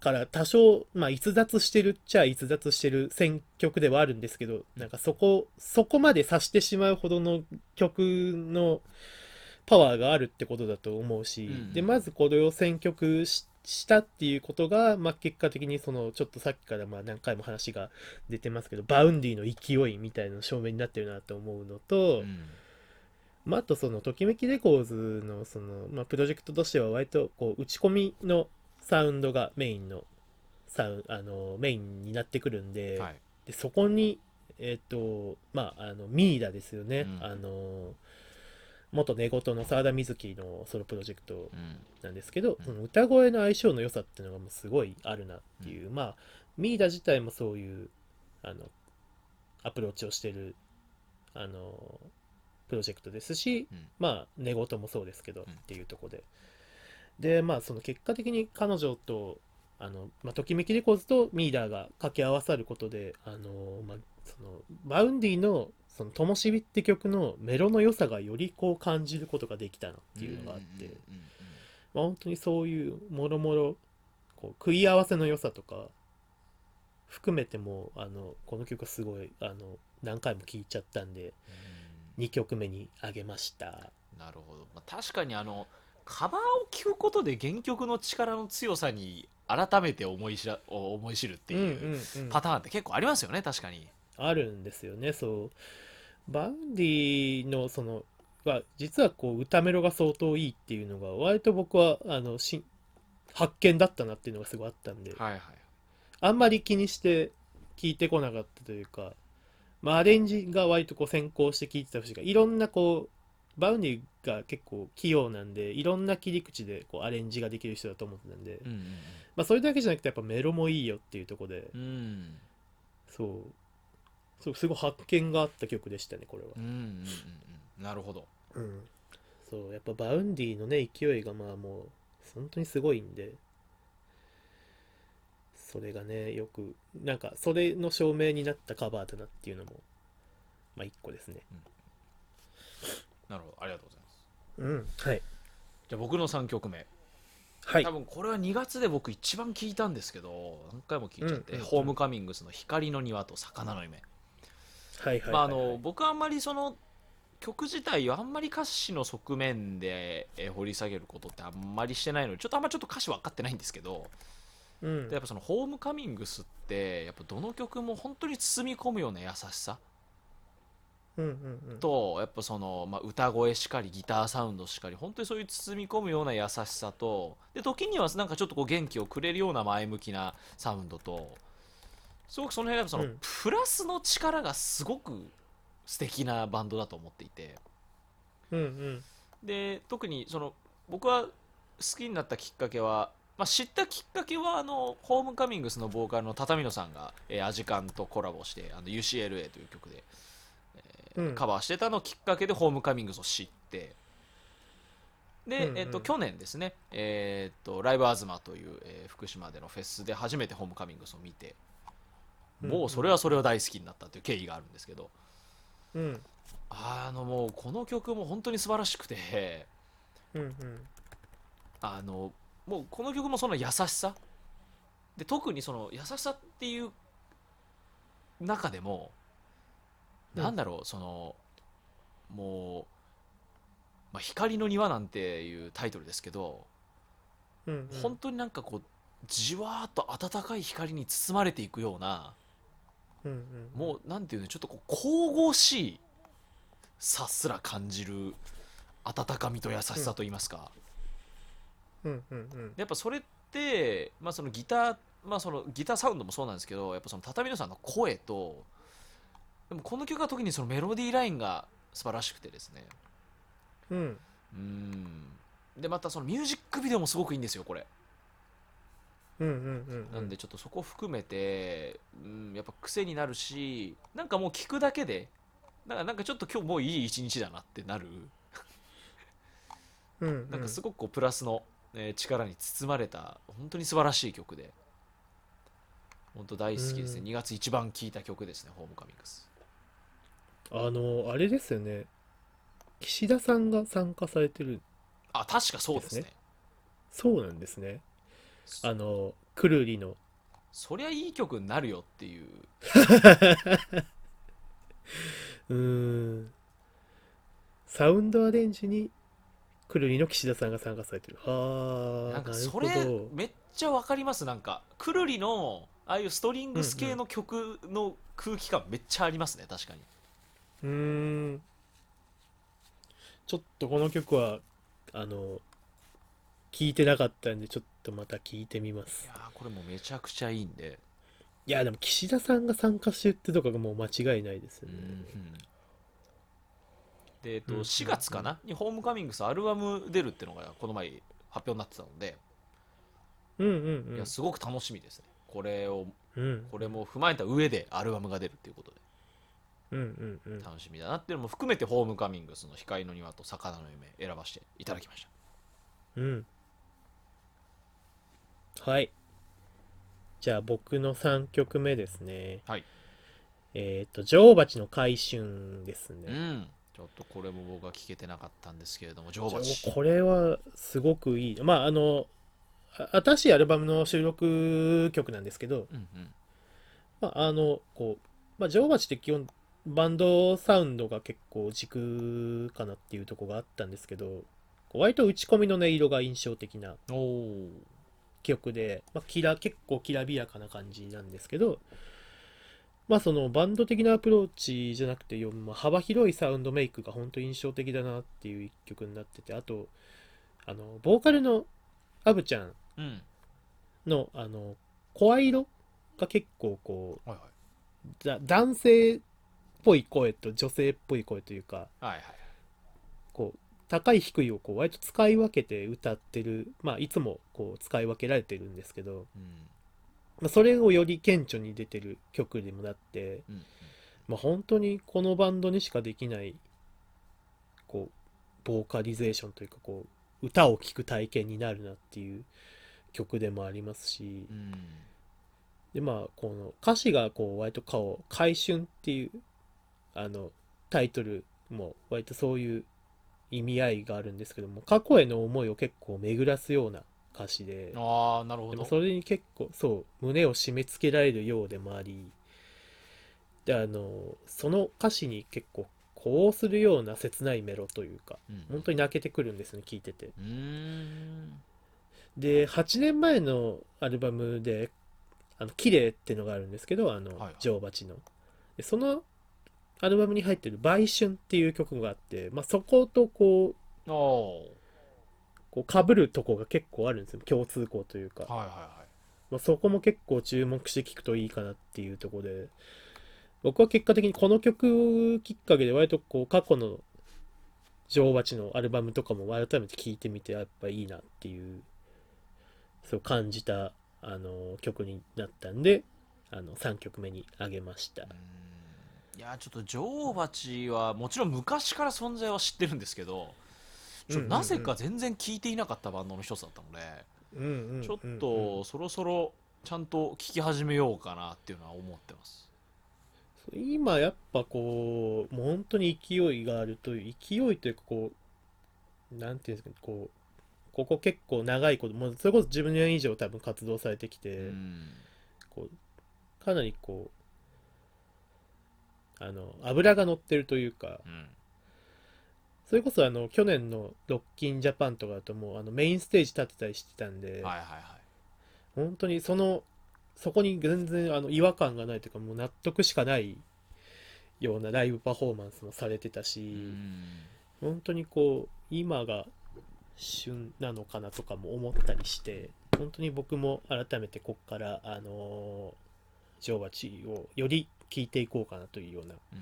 Speaker 2: から多少、まあ、逸脱してるっちゃ逸脱してる選曲ではあるんですけどなんかそこそこまで察してしまうほどの曲のパワーがあるってことだと思うし、
Speaker 1: うん
Speaker 2: でまずこれを選曲ししたっていうことが、まあ、結果的にそのちょっとさっきからまあ何回も話が出てますけどバウンディの勢いみたいなの証明になってるなと思うの
Speaker 1: う
Speaker 2: と、
Speaker 1: ん
Speaker 2: まあ、あとそのときめきレコーズのその、まあ、プロジェクトとしては割とこう打ち込みのサウンドがメインのサウンあのメインになってくるんで,、
Speaker 1: はい
Speaker 2: でそこにえっ、とまああのミイラですよね、
Speaker 1: うん
Speaker 2: あの元寝言の澤田瑞希のソロプロジェクト
Speaker 1: うん
Speaker 2: なんですけど、
Speaker 1: うん
Speaker 2: その歌声の相性の良さっていうのがもうすごいあるなっていう、まあミイラ自体もそういうあのアプローチをしてるあのプロジェクトですし、
Speaker 1: うん
Speaker 2: まあ寝言もそうですけどっ
Speaker 1: うん
Speaker 2: ていうところで、でまあその結果的に彼女とあの、まあ、ときめきレコーズとミイラが掛け合わさることであの、まあ、そのバウンディの「その灯火」って曲のメロの良さがよりこう感じることができたなっていうのがあって。
Speaker 1: うんうんうん
Speaker 2: まあ、本当にそういうもろもろこう食い合わせの良さとか含めてもあのこの曲はすごいあの何回も聴いちゃったんで
Speaker 1: うん
Speaker 2: 2曲目にあげました
Speaker 1: なるほど、まあ、確かにあのカバーを聞くことで原曲の力の強さに改めて思い知らお思い知るっていうパターンって結構ありますよね確かに
Speaker 2: あるんですよねそうバウンディのそのは実はこう歌メロが相当いいっていうのが割と僕はあのし発見だったなっていうのがすごいあったんで、
Speaker 1: はいはい
Speaker 2: あんまり気にして聞いてこなかったというか、まあ、アレンジが割とこう先行して聞いてた節がいろんなこうバウンディが結構器用なんでいろんな切り口でこうアレンジができる人だと思ってたんで、
Speaker 1: うんうん
Speaker 2: まあ、それだけじゃなくてやっぱメロもいいよっていうところで、
Speaker 1: うんうん
Speaker 2: そうそうすごい発見があった曲でしたねこれは、
Speaker 1: うんうんうんうんなるほど
Speaker 2: うん、そうやっぱバウンディのね勢いがまあもう本当にすごいんでそれがねよくなんかそれの証明になったカバーだなっていうのもまあ一個ですね
Speaker 1: なるほどありがとうございます
Speaker 2: うんはい
Speaker 1: じゃあ僕の3曲目
Speaker 2: はい
Speaker 1: 多分これは2月で僕一番聞いたんですけど何回も聞いちゃって、
Speaker 2: うんうんうん
Speaker 1: ホームカミングスの「光の庭と魚の夢」
Speaker 2: はいはい
Speaker 1: まああ
Speaker 2: はいは
Speaker 1: の
Speaker 2: い
Speaker 1: 僕はあんまりその曲自体をあんまり歌詞の側面でえー掘り下げることってあんまりしてないのでちょっとあんまちょっと歌詞分かってないんですけど
Speaker 2: うん
Speaker 1: やっぱその「ホームカミングス」ってやっぱどの曲も本当に包み込むような優しさ
Speaker 2: うんうんうん
Speaker 1: とやっぱその、まあ、歌声しかりギターサウンドしかり本当にそういう包み込むような優しさとで時にはなんかちょっとこう元気をくれるような前向きなサウンドとすごくその辺がやっぱその、
Speaker 2: うん
Speaker 1: プラスの力がすごく素敵なバンドだと思っていて
Speaker 2: うんうん
Speaker 1: で特にその僕は好きになったきっかけは、まあ、知ったきっかけはあのホームカミングスのボーカルの畳野さんが、えーアジカンとコラボしてあの UCLA という曲で、えー
Speaker 2: うん
Speaker 1: カバーしてたのをきっかけでホームカミングスを知ってで、
Speaker 2: うんうん
Speaker 1: えっと去年ですね、えーっとライブアズマという、えー福島でのフェスで初めてホームカミングスを見てもうそれはそれは大好きになったという経緯があるんですけど
Speaker 2: うん
Speaker 1: あのもうこの曲も本当に素晴らしくて。
Speaker 2: うんうん
Speaker 1: あのもうこの曲もその優しさで特にその優しさっていう中でも、
Speaker 2: うん
Speaker 1: なんだろうそのもう、まあ光の庭」なんていうタイトルですけど、
Speaker 2: うんうん
Speaker 1: 本当になんかこうじわーっと暖かい光に包まれていくような
Speaker 2: うんうん
Speaker 1: もうなんていうのちょっとこう神々しいさすら感じる温かみと優しさといいますか。
Speaker 2: うんうんうん
Speaker 1: やっぱそれって、まあ、そのギター、まあ、そのギターサウンドもそうなんですけどやっぱその畳野さんの声とでもこの曲は特にそのメロディーラインが素晴らしくてですね
Speaker 2: うん
Speaker 1: うんでまたそのミュージックビデオもすごくいいんですよこれ
Speaker 2: うんうんうん
Speaker 1: なんでちょっとそこ含めて、うん、やっぱ癖になるしなんかもう聞くだけでなんかなんかちょっと今日もういい一日だなってなる
Speaker 2: うんうん
Speaker 1: なんかすごくこうプラスの、えー力に包まれた本当に素晴らしい曲で本当大好きですね、
Speaker 2: うん
Speaker 1: 2月一番聴いた曲ですねホームカミングス
Speaker 2: あのあれですよね岸田さんが参加されてる
Speaker 1: あ確かそうですね
Speaker 2: でそうなんですね
Speaker 1: そ
Speaker 2: あのくるりの
Speaker 1: そりゃいい曲になるよっていう
Speaker 2: うーんサウンドアレンジにくるりの岸田さんが参加されてるはあ
Speaker 1: なんか
Speaker 2: なる
Speaker 1: そ
Speaker 2: ほど
Speaker 1: れめっちゃわかりますなんかくるりのああいうストリングス系の曲の空気感めっちゃありますね確かに
Speaker 2: うーんちょっとこの曲はあの聞いてなかったんでちょっとまた聞いてみま
Speaker 1: い
Speaker 2: す
Speaker 1: やーこれもうめちゃくちゃいいんで、
Speaker 2: いやでも岸田さんが参加してるってとこがもう間違いないですよね
Speaker 1: で、えっと、
Speaker 2: うん
Speaker 1: 4月かなにホームカミングスアルバム出るってのがこの前発表になってたので、
Speaker 2: うんうんうん
Speaker 1: いやすごく楽しみですねこれを
Speaker 2: うん
Speaker 1: これも踏まえた上でアルバムが出るっていうことで
Speaker 2: うんうんうん
Speaker 1: 楽しみだなっていうのも含めてホームカミングスの光の庭と魚の夢選ばせていただきました
Speaker 2: うんはいじゃあ僕の3曲目ですね
Speaker 1: はい
Speaker 2: えっ、と女王蜂の回春です
Speaker 1: う
Speaker 2: ね
Speaker 1: んちょっとこれも僕は聞けてなかったんですけれども女王蜂
Speaker 2: これはすごくいいまああのあ新しいアルバムの収録曲なんですけど、
Speaker 1: うんうん
Speaker 2: まあ、あのこう、まあ、女王蜂って基本バンドサウンドが結構軸かなっていうとこがあったんですけどこう割と打ち込みの音色が印象的な
Speaker 1: おお
Speaker 2: 曲で、まあ、きら結構きらびやかな感じなんですけど、まあ、そのバンド的なアプローチじゃなくて、よまあ、幅広いサウンドメイクが本当印象的だなっていう一曲になっててあとあのボーカルのアブちゃん
Speaker 1: うん
Speaker 2: のあの声色が結構こ
Speaker 1: はいは
Speaker 2: うだ男性っぽい声と女性っぽい声というか
Speaker 1: いはいはい
Speaker 2: こう高い低いをこう割と使い分けて歌ってる、まあ、いつもこう使い分けられてるんですけど、
Speaker 1: うん
Speaker 2: まあ、それをより顕著に出てる曲にもなって、
Speaker 1: うん
Speaker 2: まあ、本当にこのバンドにしかできないこうボーカリゼーションというかこう歌を聴く体験になるなっていう曲でもありますし
Speaker 1: うんうん
Speaker 2: でまあこの歌詞がこう割と顔「回春」っていうあのタイトルも割とそういう意味合いがあるんですけども過去への思いを結構巡らすような歌詞で。
Speaker 1: ああなるほ
Speaker 2: で
Speaker 1: ど
Speaker 2: もそれに結構そう胸を締め付けられるようでもありであのその歌詞に結構こうするような切ないメロというか
Speaker 1: うん
Speaker 2: 本当に泣けてくるんですね聞いてて
Speaker 1: うーん
Speaker 2: で8年前のアルバムで「あの綺麗ってのがあるんですけど「あの
Speaker 1: はいはい
Speaker 2: 女王蜂の」でそのアルバムに入ってる「売春」っていう曲があって、まあ、そことこう
Speaker 1: おお
Speaker 2: こう被るとこが結構あるんですよ共通項というか、
Speaker 1: はいはいはい
Speaker 2: まあ、そこも結構注目して聴くといいかなっていうところで僕は結果的にこの曲きっかけで割とこう過去の女王蜂のアルバムとかも改めて聴いてみてやっぱいいなっていうそう感じたあの曲になったんであの3曲目にあげました。
Speaker 1: いやちょっと女王蜂はもちろん昔から存在は知ってるんですけどちょ
Speaker 2: うんうんうん
Speaker 1: なぜか全然聞いていなかったバンドの一つだったので、
Speaker 2: うんうんうんうん
Speaker 1: ちょっとそろそろちゃんと聞き始めようかなっていうのは思ってます
Speaker 2: 今やっぱこうもう本当に勢いがあるという勢いというかこうなんていうんですかねこうここ結構長いこともうそれこそ10年以上多分活動されてきて、
Speaker 1: うん
Speaker 2: こうかなりこうあの脂が乗ってるというか
Speaker 1: うん
Speaker 2: それこそあの去年の「ロッキンジャパン」とかだともうあのメインステージ立てたりしてたんで、
Speaker 1: はいはいはい
Speaker 2: 本当にそのそこに全然あの違和感がないというかもう納得しかないようなライブパフォーマンスもされてた
Speaker 1: う
Speaker 2: し、
Speaker 1: ん
Speaker 2: 本当にこう今が旬なのかなとかも思ったりして本当に僕も改めてこっからあのー女王蜂をより聞いていこうかなというような、
Speaker 1: うん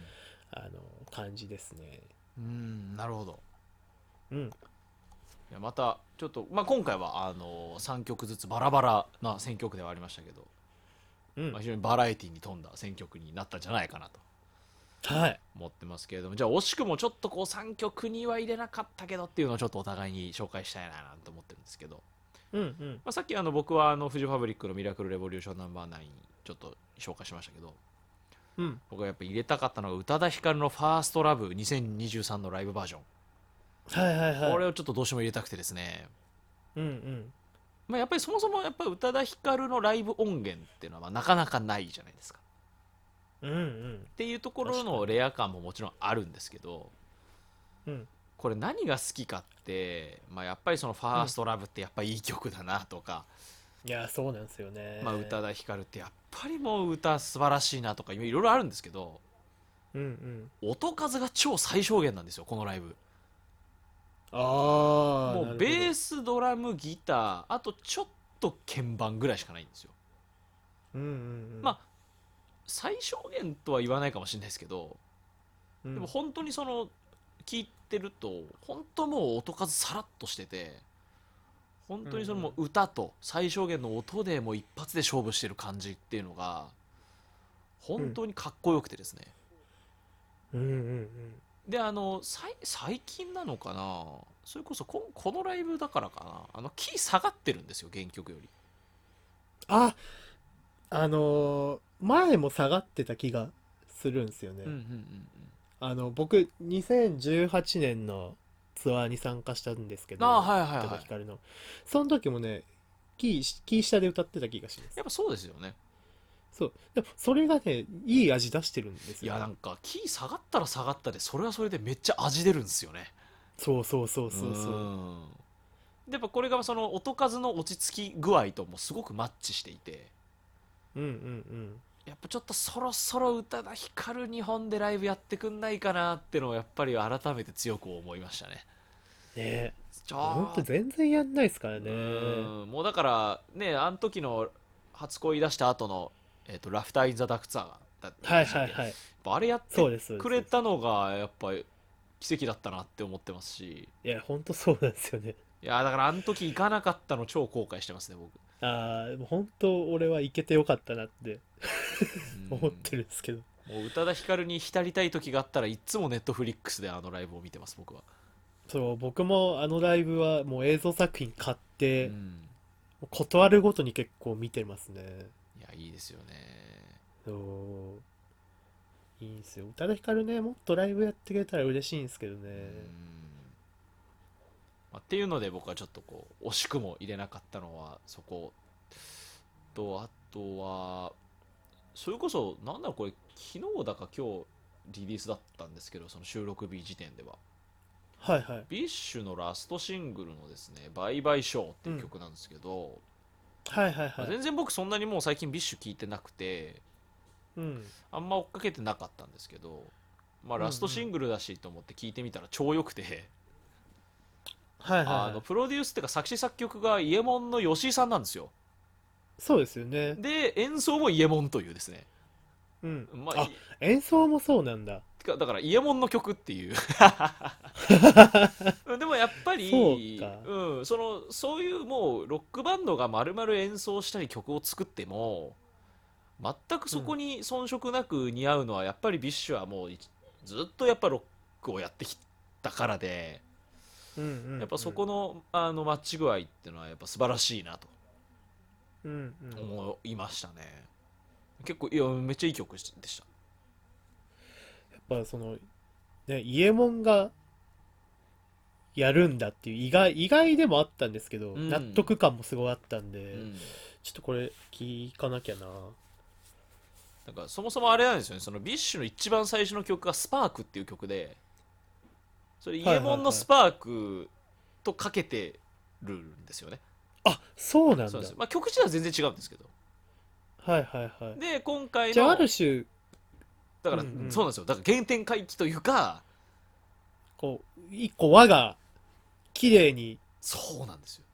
Speaker 2: あのー感じですね。
Speaker 1: うんなるほど
Speaker 2: うん、
Speaker 1: いやまたちょっと、まあ、今回はあの3曲ずつバラバラな選曲ではありましたけど、
Speaker 2: うん
Speaker 1: まあ、非常にバラエティに富んだ選曲になったんじゃないかなと
Speaker 2: はい、
Speaker 1: 思ってますけれどもじゃあ惜しくもちょっとこう3曲には入れなかったけどっていうのをちょっとお互いに紹介したいななんて思ってるんですけど、
Speaker 2: うんうん
Speaker 1: まあ、さっきあの僕はあのフジファブリックの「ミラクルレボリューションナンバー9ちょっと紹介しましたけど
Speaker 2: うん、
Speaker 1: 僕はやっぱ入れたかったのが宇多田ヒカルの「ファーストラブ2023のライブバージョン、
Speaker 2: はいはいはい
Speaker 1: これをちょっとどうしても入れたくてですね
Speaker 2: うんうん
Speaker 1: まあ、やっぱりそもそもやっぱ宇多田ヒカルのライブ音源っていうのはまあなかなかないじゃないですか。
Speaker 2: うんうん
Speaker 1: っていうところのレア感ももちろんあるんですけど
Speaker 2: うん
Speaker 1: これ何が好きかって、まあ、やっぱりその「ファーストラブってやっぱいい曲だなとか、
Speaker 2: いやそうなんですよね。
Speaker 1: まあ、宇多田ヒカルってやっぱりもう歌素晴らしいなとかいろいろあるんですけど
Speaker 2: うんうん
Speaker 1: 音数が超最小限なんですよこのライブ。
Speaker 2: ああ
Speaker 1: もうベースドラムギターあとちょっと鍵盤ぐらいしかないんですよ。
Speaker 2: うんうんうん、
Speaker 1: まあ最小限とは言わないかもしれないですけど
Speaker 2: うん、
Speaker 1: でも本当にその聞いてると本当もう音数さらっとしてて本当にそのもう歌と最小限の音でもう一発で勝負してる感じっていうのが本当にかっこよくてですね、
Speaker 2: うんうんうん
Speaker 1: であのさい最近なのかなそれこそここのライブだからかなあのキー下がってるんですよ原曲より
Speaker 2: ああのー前も下がってた気がするんですよね、
Speaker 1: うんうんうん
Speaker 2: あの僕2018年のツアーに参加したんですけ
Speaker 1: うん
Speaker 2: ど
Speaker 1: ああはいはいは
Speaker 2: 宇多田
Speaker 1: い
Speaker 2: ヒカルのその時もねキーキー下で歌ってた気がします
Speaker 1: やっぱそうですよね
Speaker 2: そうでもそれがねいい味出してるんです
Speaker 1: い
Speaker 2: よ
Speaker 1: やなんかキー下がったら下がったでそれはそれでめっちゃ味出るんですよね
Speaker 2: そうそうそうそうそう
Speaker 1: うんでやっぱこれがその音数の落ち着き具合ともすごくマッチしていて
Speaker 2: うんうん
Speaker 1: やっぱちょっとそろそろ宇多田ヒカル日本でライブやってくんないかなってのをやっぱり改めて強く思いましたね
Speaker 2: うんね
Speaker 1: ち
Speaker 2: ほ
Speaker 1: ょ
Speaker 2: んと全然やんないですからね
Speaker 1: うんもうだからねあの時の初恋出した後のえっ、とラフター・イン・ザ・ダークツアーが
Speaker 2: はいはいはいい
Speaker 1: あれやっ
Speaker 2: そう
Speaker 1: て
Speaker 2: ですそうです
Speaker 1: くれたのがやっぱり奇跡だったなって思ってますし
Speaker 2: いやほんとそうなんですよね
Speaker 1: いやだからあの時行かなかったの超後悔してますね僕
Speaker 2: ああ本当俺は行けてよかったなって
Speaker 1: うん
Speaker 2: 思ってるんですけど、
Speaker 1: もう宇多田ヒカルに浸りたい時があったらいつもネットフリックスであのライブを見てます僕は、
Speaker 2: そう僕もあのライブはもう映像作品買って、
Speaker 1: う
Speaker 2: も
Speaker 1: ん、
Speaker 2: う断るごとに結構見てますね
Speaker 1: いやいいですよね
Speaker 2: そういいんですよ宇多田ヒカルねもっとライブやってくれたら嬉しいんですけどね
Speaker 1: うんまあっていうので僕はちょっとこう惜しくも入れなかったのはそことあとはそれこそなんだろうこれ昨日だか今日リリースだったんですけどその収録日時点では
Speaker 2: はいはい
Speaker 1: ビッシュのラストシングルのですね「バイバイショー」っていう曲なんですけど、
Speaker 2: はいはい
Speaker 1: まあ
Speaker 2: はい
Speaker 1: 全然僕そんなにもう最近ビッシュ聴いてなくて
Speaker 2: うん
Speaker 1: あんま追っかけてなかったんですけどまあ、ラストシングルだしと思って聞いてみたら超良くて、
Speaker 2: はいはい
Speaker 1: あ
Speaker 2: は
Speaker 1: の
Speaker 2: い
Speaker 1: プロデュースっていうか作詞作曲が伊右衛門の吉井さんなんですよ
Speaker 2: そうですよね
Speaker 1: で演奏も伊右衛門というですね、
Speaker 2: うん
Speaker 1: まあ、
Speaker 2: あ
Speaker 1: い
Speaker 2: 演奏もそうなんだ
Speaker 1: てかだから伊右衛門の曲って いうでもやっぱり
Speaker 2: そうか
Speaker 1: ん、そのそういうもうロックバンドが丸々演奏したり曲を作っても全くそこに遜色なく似合うのはやっぱりビッシュはもういずっとやっぱロックをやってきたからで
Speaker 2: うんうんうん
Speaker 1: やっぱそこのあのマッチ具合っていうのはやっぱ素晴らしいなと
Speaker 2: うんうん
Speaker 1: 思いましたね結構いやめっちゃいい曲でした
Speaker 2: やっぱそのね伊右衛門がやるんだっていう意外意外でもあったんですけど、
Speaker 1: うん
Speaker 2: 納得感もすごいあったんで、
Speaker 1: うん
Speaker 2: ちょっとこれ聞かなきゃな
Speaker 1: なんかそもそもあれなんですよねそのビッシュの一番最初の曲が「スパークっていう曲でそれイ
Speaker 2: はいはい
Speaker 1: エ
Speaker 2: はい
Speaker 1: モンの「スパークとかけてるんですよね、
Speaker 2: あそうなんだ
Speaker 1: そうなんですよまあ、曲自体は全然違うんですけど
Speaker 2: はいはいはい
Speaker 1: で今回
Speaker 2: じゃあ
Speaker 1: の
Speaker 2: ある種
Speaker 1: だから、
Speaker 2: うんうん
Speaker 1: そうなんですよだから原点回帰というか
Speaker 2: こう一個輪が綺麗に
Speaker 1: そうなんですよ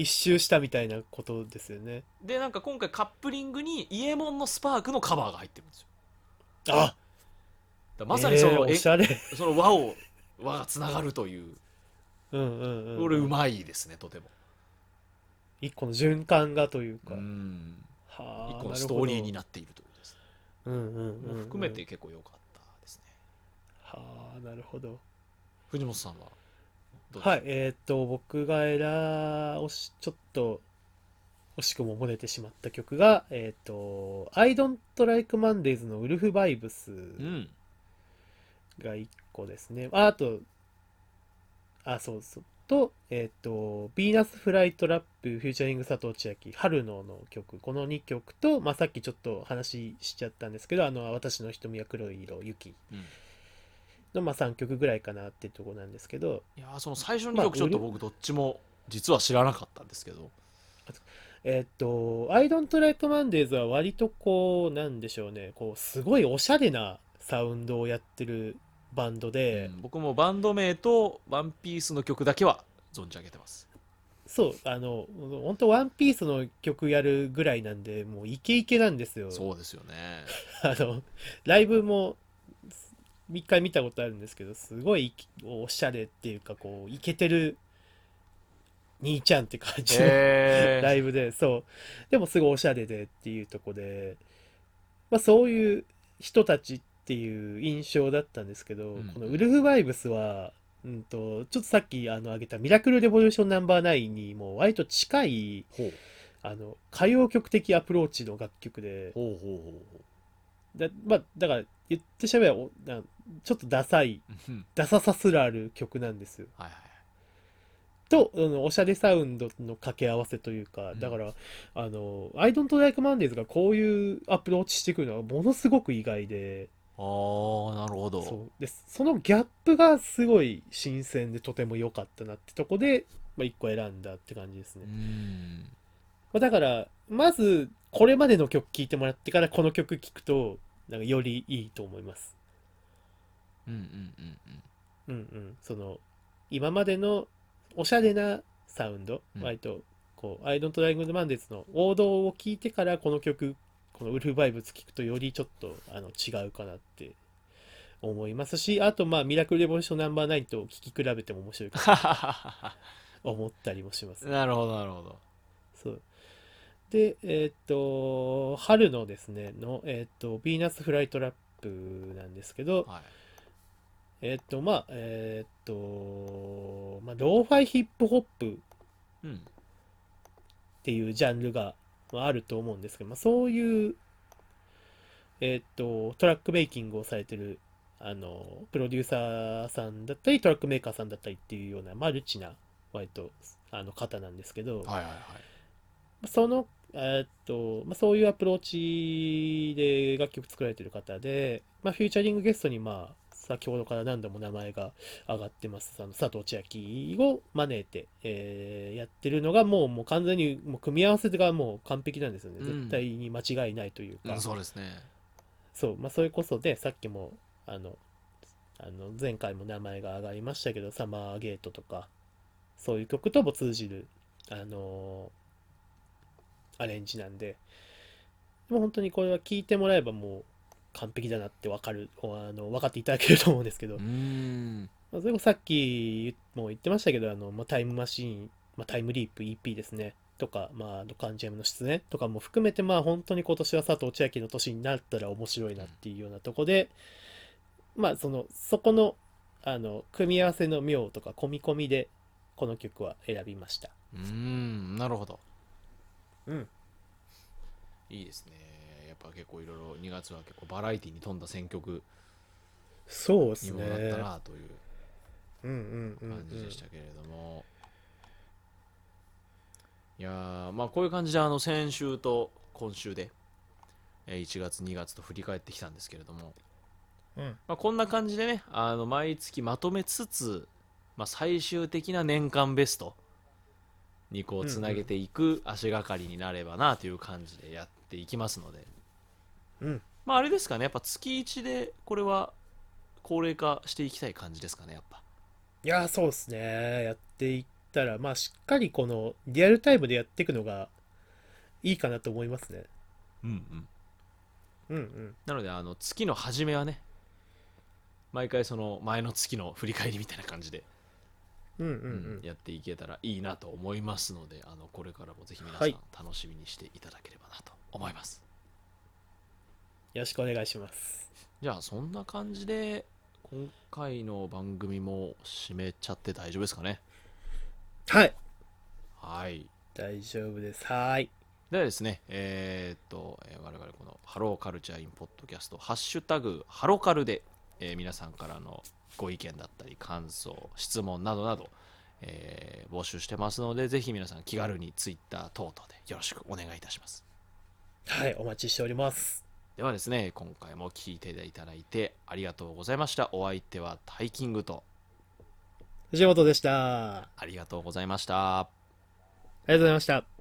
Speaker 2: 一周したみたいなことですよね
Speaker 1: でなんか今回カップリングにイエモンの「スパークのカバーが入ってるんですよ
Speaker 2: あ
Speaker 1: だからまさにそ
Speaker 2: えー
Speaker 1: の,え、
Speaker 2: おしゃれ
Speaker 1: その和を和がつながるという
Speaker 2: うんうんうん
Speaker 1: 俺うまいですねとても
Speaker 2: 一個の循環がというか、
Speaker 1: うん
Speaker 2: はあ
Speaker 1: 一個のストーリーに
Speaker 2: な
Speaker 1: なっているということです
Speaker 2: るほどうんうんうんうん
Speaker 1: も含めて結構良かったですね。
Speaker 2: はあなるほど
Speaker 1: 藤本さんはどう
Speaker 2: はい、えーっと、僕が選惜し、ちょっと、惜しくも漏れてしまった曲が、えーっと、I Don't Like Mondays のウルフバイブス
Speaker 1: うん。
Speaker 2: が1個ですね。あ、あと、あ、そうそう。と、えーっと、ビーナスフライトラップ、フューチャリング佐藤千秋、春野の曲、この2曲と、まあ、さっきちょっと話しちゃったんですけど、あの、私の瞳は黒い色、雪
Speaker 1: うん、い
Speaker 2: の、まあ、3曲ぐらいかなってとこなんですけど、
Speaker 1: やーその最初の
Speaker 2: まあ
Speaker 1: 曲ちょっと
Speaker 2: ウル
Speaker 1: 僕どっちも実は知らなかったんですけど。
Speaker 2: えっと、I Don't Like Mondays は割とこう、なんでしょうね、こう、すごいおしゃれなサウンドをやってるバンドで
Speaker 1: う、ん僕もバンド名とワンピースの曲だけは存じ上げてます。
Speaker 2: そう、あの、本当ワンピースの曲やるぐらいなんで、もうイケイケなんですよ。
Speaker 1: そうですよ ね。
Speaker 2: あの、ライブも、一回見たことあるんですけど、すごいイケおしゃれっていうか、こう、イケてる兄ちゃんって感じの
Speaker 1: へ
Speaker 2: ライブで、そう。でもすごいおしゃれでっていうとこで、まあそういう人たちっていう印象だったんですけど、
Speaker 1: うん
Speaker 2: このウルフバイブスは、うんと、ちょっとさっきあの挙げたミラクルレボリューションナンバーナインにもう割と近い、
Speaker 1: ほう
Speaker 2: あの、歌謡曲的アプローチの楽曲で、
Speaker 1: ほうほうほうほ
Speaker 2: だ、まあだから言ってしまえばおなちょっとダサい、
Speaker 1: ううん。
Speaker 2: ダサさすらある曲なんですよ。
Speaker 1: はいはい。
Speaker 2: と、あのおしゃれサウンドの掛け合わせというか、だから、あの、アイドントライクマンデーズがこういうアプローチしてくるのはものすごく意外で、
Speaker 1: あー、なるほど。
Speaker 2: そう。で、そのギャップがすごい新鮮でとても良かったなってとこで、まあ、一個選んだって感じですね。
Speaker 1: ん。
Speaker 2: まあ、だから、まず、これまでの曲聴いてもらってから、この曲聴くと、なんかよりいいと思います。
Speaker 1: うんうんうんうん。
Speaker 2: うんうん、その今までのおしゃれなサウンド、
Speaker 1: うん
Speaker 2: 割とこう「アイドントライングマンデーズ」の王道を聞いてからこの曲このウルフバイブス聞くとよりちょっとあの違うかなって思いますしあとまあ「ミラクルレボリューションナンバーナインと聴き比べても面白いかなと思ったりもします、
Speaker 1: なるほどなるほど。
Speaker 2: そうでえーっと春のですねの、えーっと「ヴィーナス・フライト・ラップ」なんですけど、
Speaker 1: はい。
Speaker 2: えっと、まあ、えっと、まあ、ローファイヒップホップっ
Speaker 1: うん。
Speaker 2: ていうジャンルが、まあ、あると思うんですけど、まあ、そういう、えっと、トラックメイキングをされてる、あの、プロデューサーさんだったり、トラックメーカーさんだったりっていうような、マルチな、割と、あの、方なんですけど、
Speaker 1: はいはいはい。
Speaker 2: その、えーっと、まあ、そういうアプローチで楽曲作られてる方で、まあ、フューチャリングゲストに、まあ、先ほどから何度も名前が上がってます、あの佐藤千秋を招いて、えーやってるのが、もう、もう完全に、もう組み合わせがもう完璧なんですよね。
Speaker 1: うん
Speaker 2: 絶対に間違いないという
Speaker 1: う
Speaker 2: か、
Speaker 1: ん、そうですね。
Speaker 2: そう、まあ、それこそで、さっきも、あの、あの前回も名前が挙がりましたけど、サマーゲートとか、そういう曲とも通じる、あのーアレンジなんで、もう本当にこれは聴いてもらえばもう完璧だなってわかる、あの分かっていただけると思うんですけど、
Speaker 1: うん
Speaker 2: まあ、それこそさっきも言ってましたけど、あのまあ、タイムマシーン、まあ、タイムリープ EP ですね、とか、まあ、あのカンジェムの出演とかも含めて、まあ、本当に今年は佐藤千秋の年になったら面白いなっていうようなとこで、まあ、その、そこの、あの、組み合わせの妙とか、込み込みで、この曲は選びました。
Speaker 1: うんなるほど
Speaker 2: うん。
Speaker 1: いいですねやっぱ結構いろいろ2月は結構バラエティに富んだ選曲
Speaker 2: そうです
Speaker 1: にも
Speaker 2: ね。
Speaker 1: なったなという
Speaker 2: うんうんうん、うん。
Speaker 1: 感じでしたけれども、いやーまあこういう感じであの先週と今週でえー1月2月と振り返ってきたんですけれども、
Speaker 2: うん
Speaker 1: まあ、こんな感じでねあの毎月まとめつつ、まあ、最終的な年間ベストにこ
Speaker 2: うん
Speaker 1: う
Speaker 2: うん
Speaker 1: つなげていく足がかりになればなという感じでやっていきますので、
Speaker 2: うん
Speaker 1: まああれですかねやっぱ月1でこれは高齢化していきたい感じですかねやっぱ
Speaker 2: いやー、そうですね。やっていったら、まあ、しっかりこのリアルタイムでやっていくのがいいかなと思いますね。
Speaker 1: うんうん
Speaker 2: うんうん。
Speaker 1: なのであの月の初めはね毎回その前の月の振り返りみたいな感じで、
Speaker 2: うんうんう
Speaker 1: うん
Speaker 2: ん。
Speaker 1: やっていけたらいいなと思いますのであのこれからもぜひ皆さ
Speaker 2: は
Speaker 1: ん
Speaker 2: い
Speaker 1: 楽しみにしていただければなと思います、
Speaker 2: よろしくお願いします。
Speaker 1: じゃあそんな感じで今回の番組も締めちゃって大丈夫ですかね
Speaker 2: はい。
Speaker 1: はい
Speaker 2: 大丈夫です。はーい。
Speaker 1: ではですね、えーっと、えー我々このハローカルチャーインポッドキャスト、ハッシュタグハロカルで、えー皆さんからのご意見だったり、感想、質問などなど、えー募集してますので、ぜひ皆さん気軽にツイッター等々でよろしくお願いいたします。
Speaker 2: はい。お待ちしております。
Speaker 1: ではですね、今回も聞いていただいてありがとうございました。お相手はタイキングと
Speaker 2: 藤本でした。あ
Speaker 1: ありがとうございました。
Speaker 2: りがとうございました。